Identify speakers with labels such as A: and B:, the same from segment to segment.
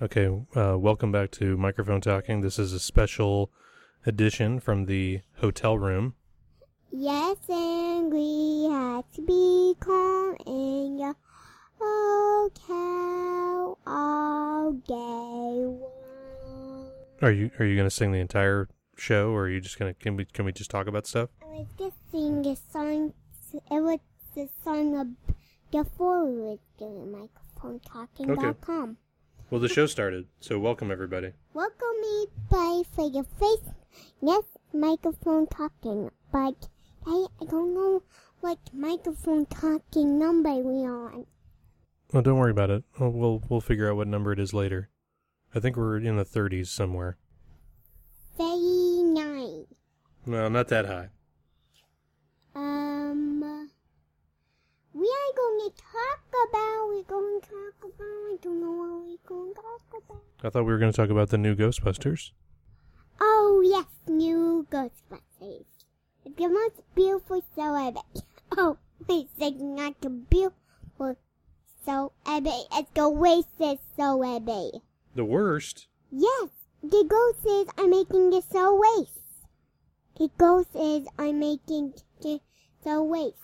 A: Okay, uh, welcome back to Microphone Talking. This is a special edition from the hotel room.
B: Yes, and we had to be calm in your hotel all day long.
A: Are you are you going to sing the entire show, or are you just going to can we can we just talk about stuff?
B: I was just singing a song. It was the song of before we were doing microphone talking
A: Okay.
B: dot com.
A: Well, the show started, so welcome everybody.
B: Welcome me by for your face. Yes, microphone talking, but I, I don't know what microphone talking number we are on.
A: Well, don't worry about it. We'll we'll, we'll figure out what number it is later. I think we're in the 30s somewhere.
B: Very nice.
A: No, not that high.
B: Um, we are going to talk about. We're going to talk about. I don't know what we're going to talk about.
A: I thought we were going to talk about the new Ghostbusters.
B: Oh yes, new Ghostbusters. It's the most beautiful show ever. Oh, wait, it's not the beautiful show ever. It's the racist show ever.
A: The worst.
B: Yes, the ghost says I'm making the show waste. The ghost says I'm making the show waste.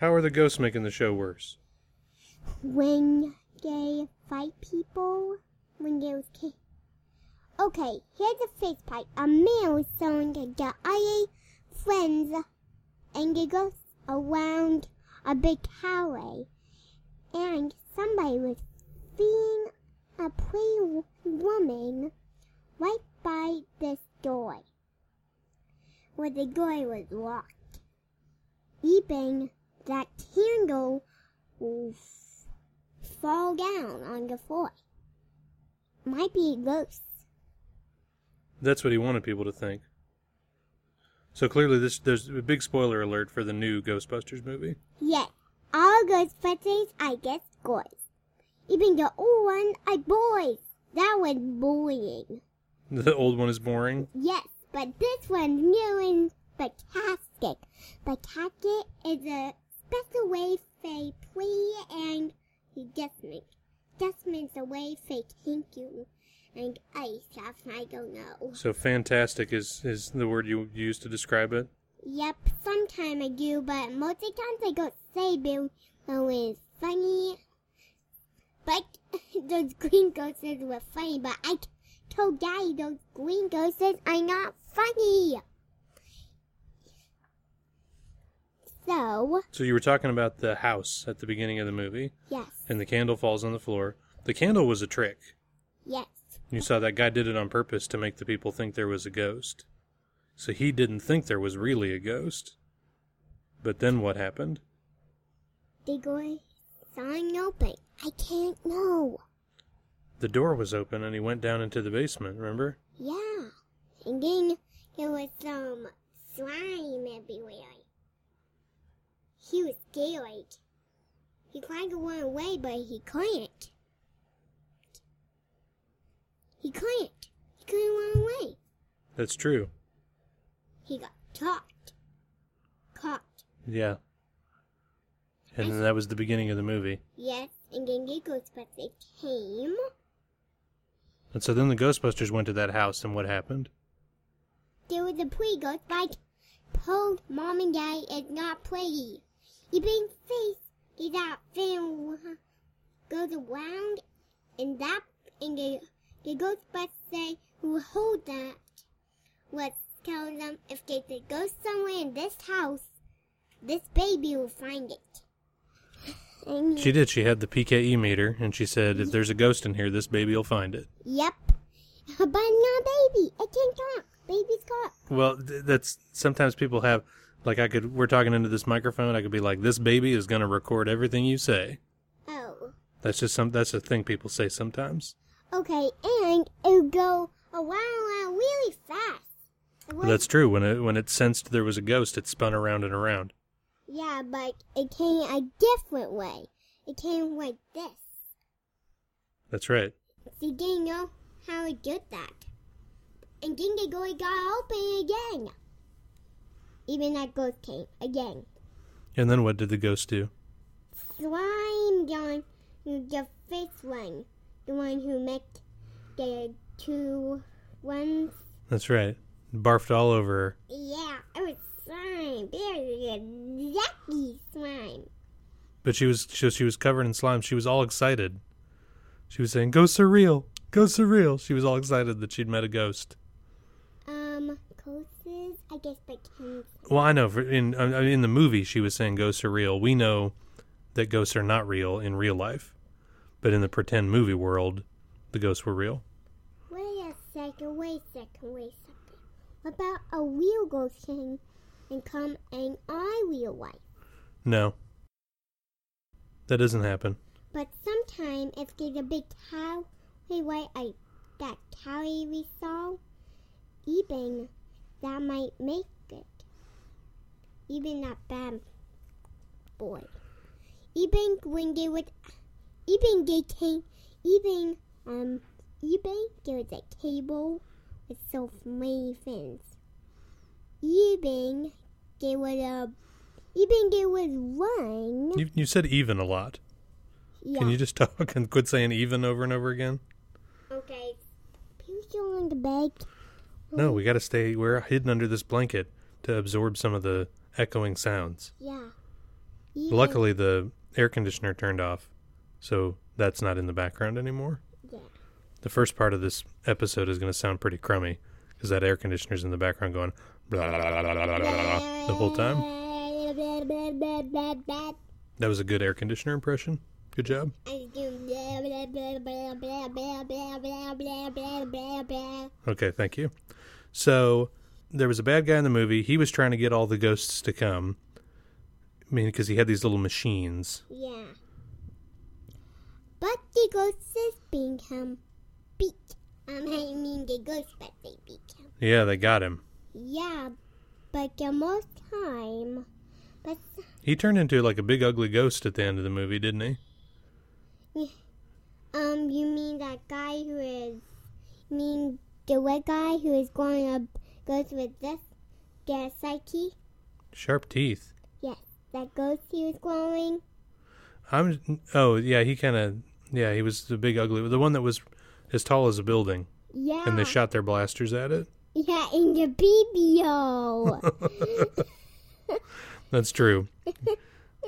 A: How are the ghosts making the show worse?
B: when they fight people, when they was ki- Okay, here's a face fight. A man was throwing the IA friends and they goes around a big highway. And somebody was being a pretty woman right by this door where the door was locked. Even that candle will f- fall down on the floor. Might be a ghost.
A: That's what he wanted people to think. So clearly, this there's a big spoiler alert for the new Ghostbusters movie.
B: Yes, all Ghostbusters I guess ghosts. Even the old one I boys. That was bullying.
A: The old one is boring.
B: Yes, but this one's new and fantastic. Fantastic is a special way they play and adjustment. Adjustment's a way they thank you and ice stuff, I don't know.
A: So fantastic is is the word you use to describe it.
B: Yep, sometimes I do, but most of the times I go Sabu when it's funny. But those green ghosts were funny, but I t- told Daddy those green ghosts are not funny. So,
A: So you were talking about the house at the beginning of the movie,
B: yes,
A: and the candle falls on the floor. The candle was a trick.
B: yes,
A: You saw that guy did it on purpose to make the people think there was a ghost. So he didn't think there was really a ghost. But then what happened?
B: they go sign open. I can't know.
A: The door was open and he went down into the basement, remember?
B: Yeah. And then there was some slime everywhere. He was scared. He tried to run away, but he couldn't. He couldn't. He couldn't run away.
A: That's true.
B: He got caught. Caught.
A: Yeah. And then that was the beginning of the movie.
B: Yes, and then the Ghostbusters came.
A: And so then the Ghostbusters went to that house and what happened?
B: There was a pretty ghost like told mom and dad it's not pretty. You being face is that thing wha- goes around and that and the the ghostbuster who hold that was telling them if there's a ghost somewhere in this house, this baby will find it. And
A: She did. She had the PKE meter and she said, if there's a ghost in here, this baby will find it.
B: yep. But not baby. I can't talk. Baby's got
A: Well, th- that's sometimes people have, like, I could, we're talking into this microphone. I could be like, this baby is going to record everything you say.
B: oh.
A: That's just some, that's a thing people say sometimes.
B: Okay, and it'll go around, around really fast. It was-
A: That's true. When it, when it sensed there was a ghost, it spun around and around.
B: yeah, but it came a different way. It came like this.
A: That's right.
B: She didn't know how it did that. And then the door got open again. Even that ghost came again.
A: And then what did the ghost do?
B: Slime John, the first one, the one who met did two ones.
A: That's right. Barfed all over her.
B: Yeah, it was slime. Very yucky slime.
A: But she was she, was- she was covered in slime. She was all excited. She was saying, "Go surreal, go surreal." She was all excited that she'd met a ghost.
B: Um, closest, I guess, by Ken's.
A: Well, I know for- in I mean, in the movie she was saying ghosts are real. We know that ghosts are not real in real life, but in the pretend movie world, the ghosts were real.
B: Wait a second, wait a second, wait a second. What about a real ghost can and come and I real life?
A: No, that doesn't happen.
B: But sometime if there's a big cow, hey, wait, I, that cow we saw, even that might make it. Even that bad boy. Even when they would, even they came, even, um, even there was a table with so many things. Even there was a, even there was one.
A: You you said even a lot.
B: yeah.
A: Can you just talk and quit saying even over and over again?
B: Okay. People still in the bed.
A: No, we got to stay. We're hidden under this blanket to absorb some of the echoing sounds.
B: Yeah. Even,
A: Luckily, the air conditioner turned off, so that's not in the background anymore.
B: Yeah.
A: The first part of this episode is going to sound pretty crummy because that air conditioner's in the background going blah, blah, blah, blah, blah, blah, the whole time. That was a good air conditioner impression. Good job.
B: I do.
A: Okay, thank you. So there was a bad guy in the movie. He was trying to get all the ghosts to come. I mean, because he had these little machines.
B: Yeah. But the ghosts become beat. Um, I mean the ghosts, but they become.
A: Yeah, they got him.
B: Yeah, but the most time, but
A: He turned into like a big ugly ghost at the end of the movie, didn't he?
B: Um, you mean that guy who is, you mean the red guy who is going up goes with this, the psyche?
A: Sharp teeth.
B: Yes, that ghost he was growing.
A: I'm. Oh yeah, he kind of. Yeah, he was the big ugly, the one that was as tall as a building,
B: Yeah.
A: and they shot their blasters at it.
B: yeah, in the BBO.
A: That's true.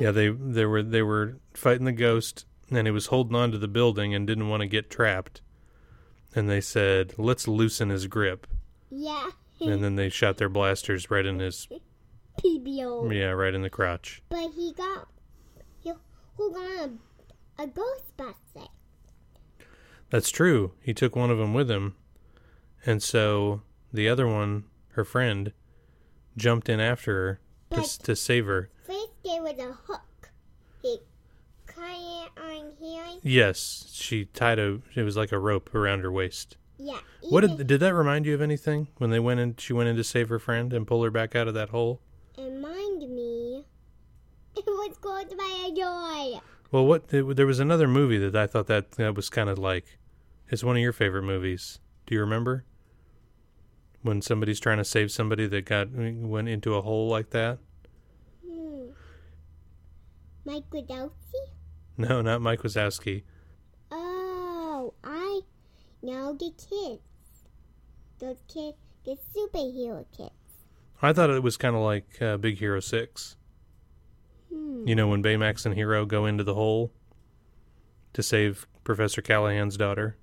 A: yeah, they they were they were fighting the ghost, and he was holding on to the building and didn't want to get trapped. And they said, "Let's loosen his grip."
B: yeah,
A: And then they shot their blasters right in his
B: BBO.
A: yeah, right in the crotch.
B: But he got, he, who got a, a Ghostbuster.
A: That's true. He took one of them with him, and so the other one, her friend, jumped in after her to, s- to save her.
B: First there was a hook. He cut it on here.
A: Yes, she tied a. It was like a rope around her waist.
B: Yeah.
A: What
B: even-
A: did did that remind you of anything when they went in? She went in to save her friend and pull her back out of that hole.
B: and mind me, it was caused by a joy.
A: Well, what there was another movie that I thought that that was kind of like. It's one of your favorite movies. Do you remember? When somebody's trying to save somebody that got went into a hole like that.
B: Hmm. Mike Wazowski?
A: No, not Mike Wazowski.
B: Oh, I know the kids. Those kids, the superhero kids.
A: I thought it was kind of like uh, Big Hero Six.
B: Hmm.
A: You know when Baymax and Hero go into the hole to save Professor Callahan's daughter,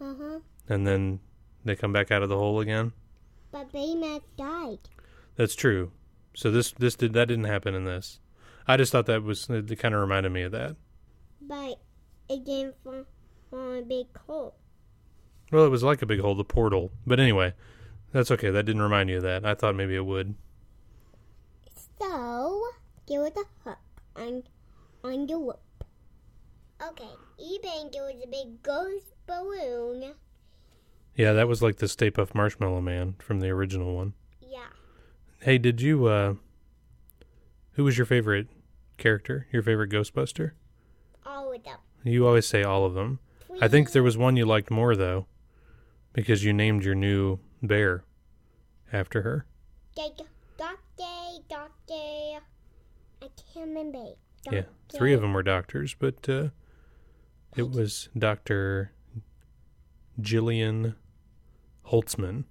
B: Uh huh.
A: and then they come back out of the hole again.
B: But Baymax died.
A: That's true. So this this did that didn't happen in this. I just thought that was it, kind of reminded me of that.
B: But it didn't fall, fall in a big hole.
A: Well, it was like a big hole, the portal. But anyway, that's okay. That didn't remind you of that. I thought maybe it would.
B: So, there was a hook on, on the rope. Okay, even there was a big ghost balloon.
A: Yeah, that was like the Stay Puft Marshmallow Man from the original one.
B: Yeah.
A: Hey, did you uh who was your favorite character? Your favorite Ghostbuster?
B: all of them.
A: You always say all of them. I think there was one you liked more though because you named your new bear after her.
B: Like Doctor, Doctor, I can't remember.
A: Yeah, three of them were doctors, but uh, it was Doctor Jillian Holtzman.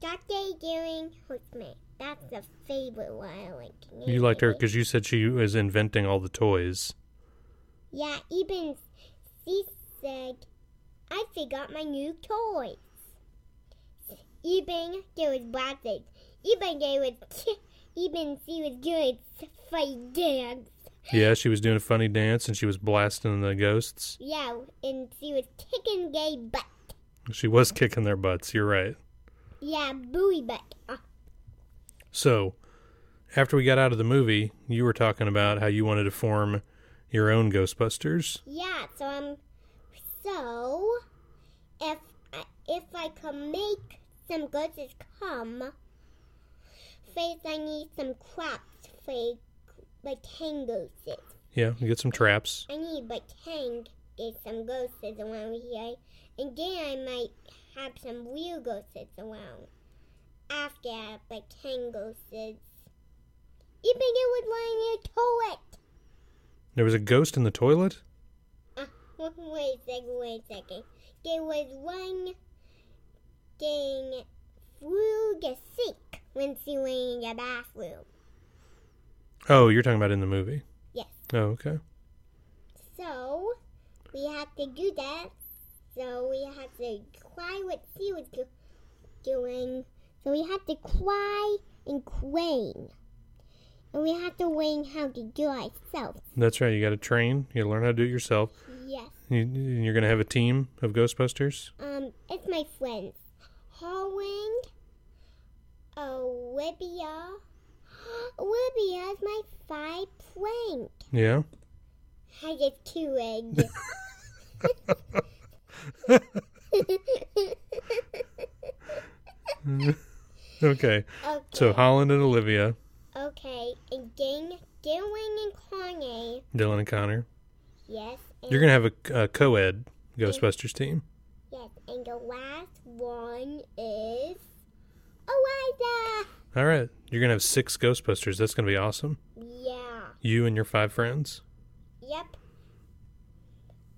B: Dr. Gering Holtzman. That's the favorite one I like. to
A: You
B: name
A: liked her
B: it.
A: because you said she was inventing all the toys.
B: Yeah, even she said, I forgot my new toys. Even there was blackface. Even there was, even she was doing funny dance.
A: Yeah, she was doing a funny dance and she was blasting the ghosts.
B: Yeah, and she was kicking gay butt.
A: She was kicking their butts. You're right.
B: Yeah, buoy butt. Uh,
A: So, after we got out of the movie, you were talking about how you wanted to form your own Ghostbusters.
B: yeah, so um, so if I, if I can make some ghosts come, first I need some crops for like hangouses.
A: Yeah, we get some traps.
B: I need like hang get some ghosts around here, and then I might have some real ghosts around after I have like hang ghosts. Even it was lying in a toilet.
A: There was a ghost in the toilet.
B: Uh, wait a second, wait a second. There was one thing through the sink when she went in the bathroom.
A: Oh, you're talking about in the movie.
B: Yes.
A: Oh, okay.
B: So we had to do that. So we had to cry what she was do- doing. So we had to cry and crane. And we had to learn how to do ourselves.
A: That's right. You got to train. You got to learn how to do it yourself.
B: Yes.
A: You, and you're going to have a team of Ghostbusters.
B: Um, it's my friends. Holland, Olivia. Olivia Oh, is my five friend.
A: Yeah.
B: I just two eggs.
A: okay.
B: okay.
A: So Holland and Olivia,
B: Okay, and then Dylan and Kanye.
A: Dylan and Connor.
B: Yes, and
A: You're going to have a, a co-ed Ghostbusters team.
B: yes, and the last one is Eliza.
A: All right. You're going to have six Ghostbusters. That's going to be awesome.
B: Yeah.
A: You and your five friends.
B: Yep.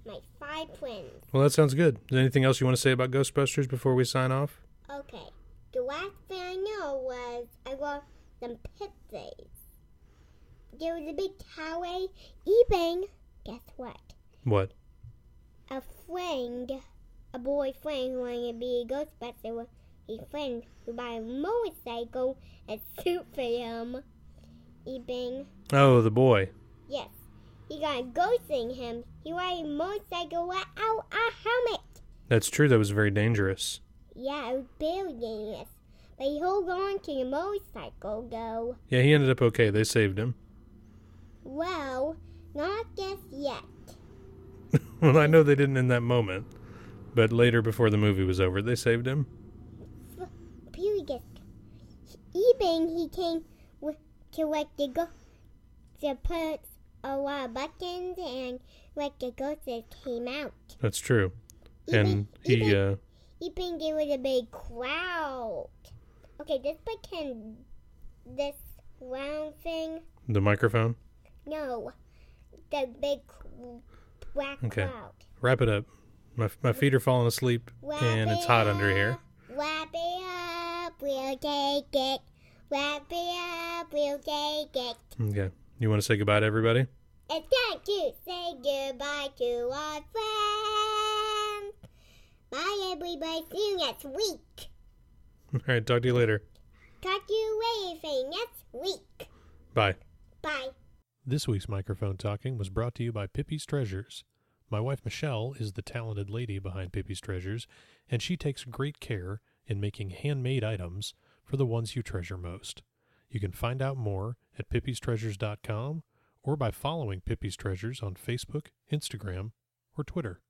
B: My five twins.
A: Well, that sounds good. Is there anything else you want to say about Ghostbusters before we sign off?
B: Okay. The last thing I know was I lost some pizzas. There was a big tower even guess what?
A: What?
B: a friend, a boyfriend who wanted to be a Ghostbuster with his friend who bought a motorcycle and suit for him. Even,
A: Oh, the boy.
B: yes, he got ghosting him. He rode a motorcycle without a helmet.
A: That's true. That was very dangerous.
B: Yeah, it was very dangerous. But he held on to the motorcycle, though.
A: Yeah, he ended up okay. They saved him.
B: Well, not just yet.
A: Well, I know they didn't in that moment, but later before the movie was over, they saved him.
B: Period. Even he came with, to like the go to put a lot of buttons and like the ghosts came out.
A: That's true.
B: Even
A: And he,
B: even,
A: uh,
B: even there was a big crowd. Okay, just pretend this round thing.
A: the microphone.
B: No, the big cr- black
A: Okay.
B: crowd.
A: Wrap it up. My, my feet are falling asleep,
B: Wrap
A: and it's
B: it
A: hot under here.
B: up, Wrap it up, we'll take it. Wrap it up, we'll take it.
A: Okay. You want to say goodbye to everybody?
B: It's time to say goodbye to our friends. Bye, everybody. See you next week.
A: All right. Talk to you later.
B: Talk to you later for next week.
A: Bye.
B: Bye.
C: This week's microphone talking was brought to you by Pippi's Treasures. My wife Michelle is the talented lady behind Pippi's Treasures, and she takes great care in making handmade items for the ones you treasure most. You can find out more at pippiestreasures.com or by following Pippi's Treasures on Facebook, Instagram, or Twitter.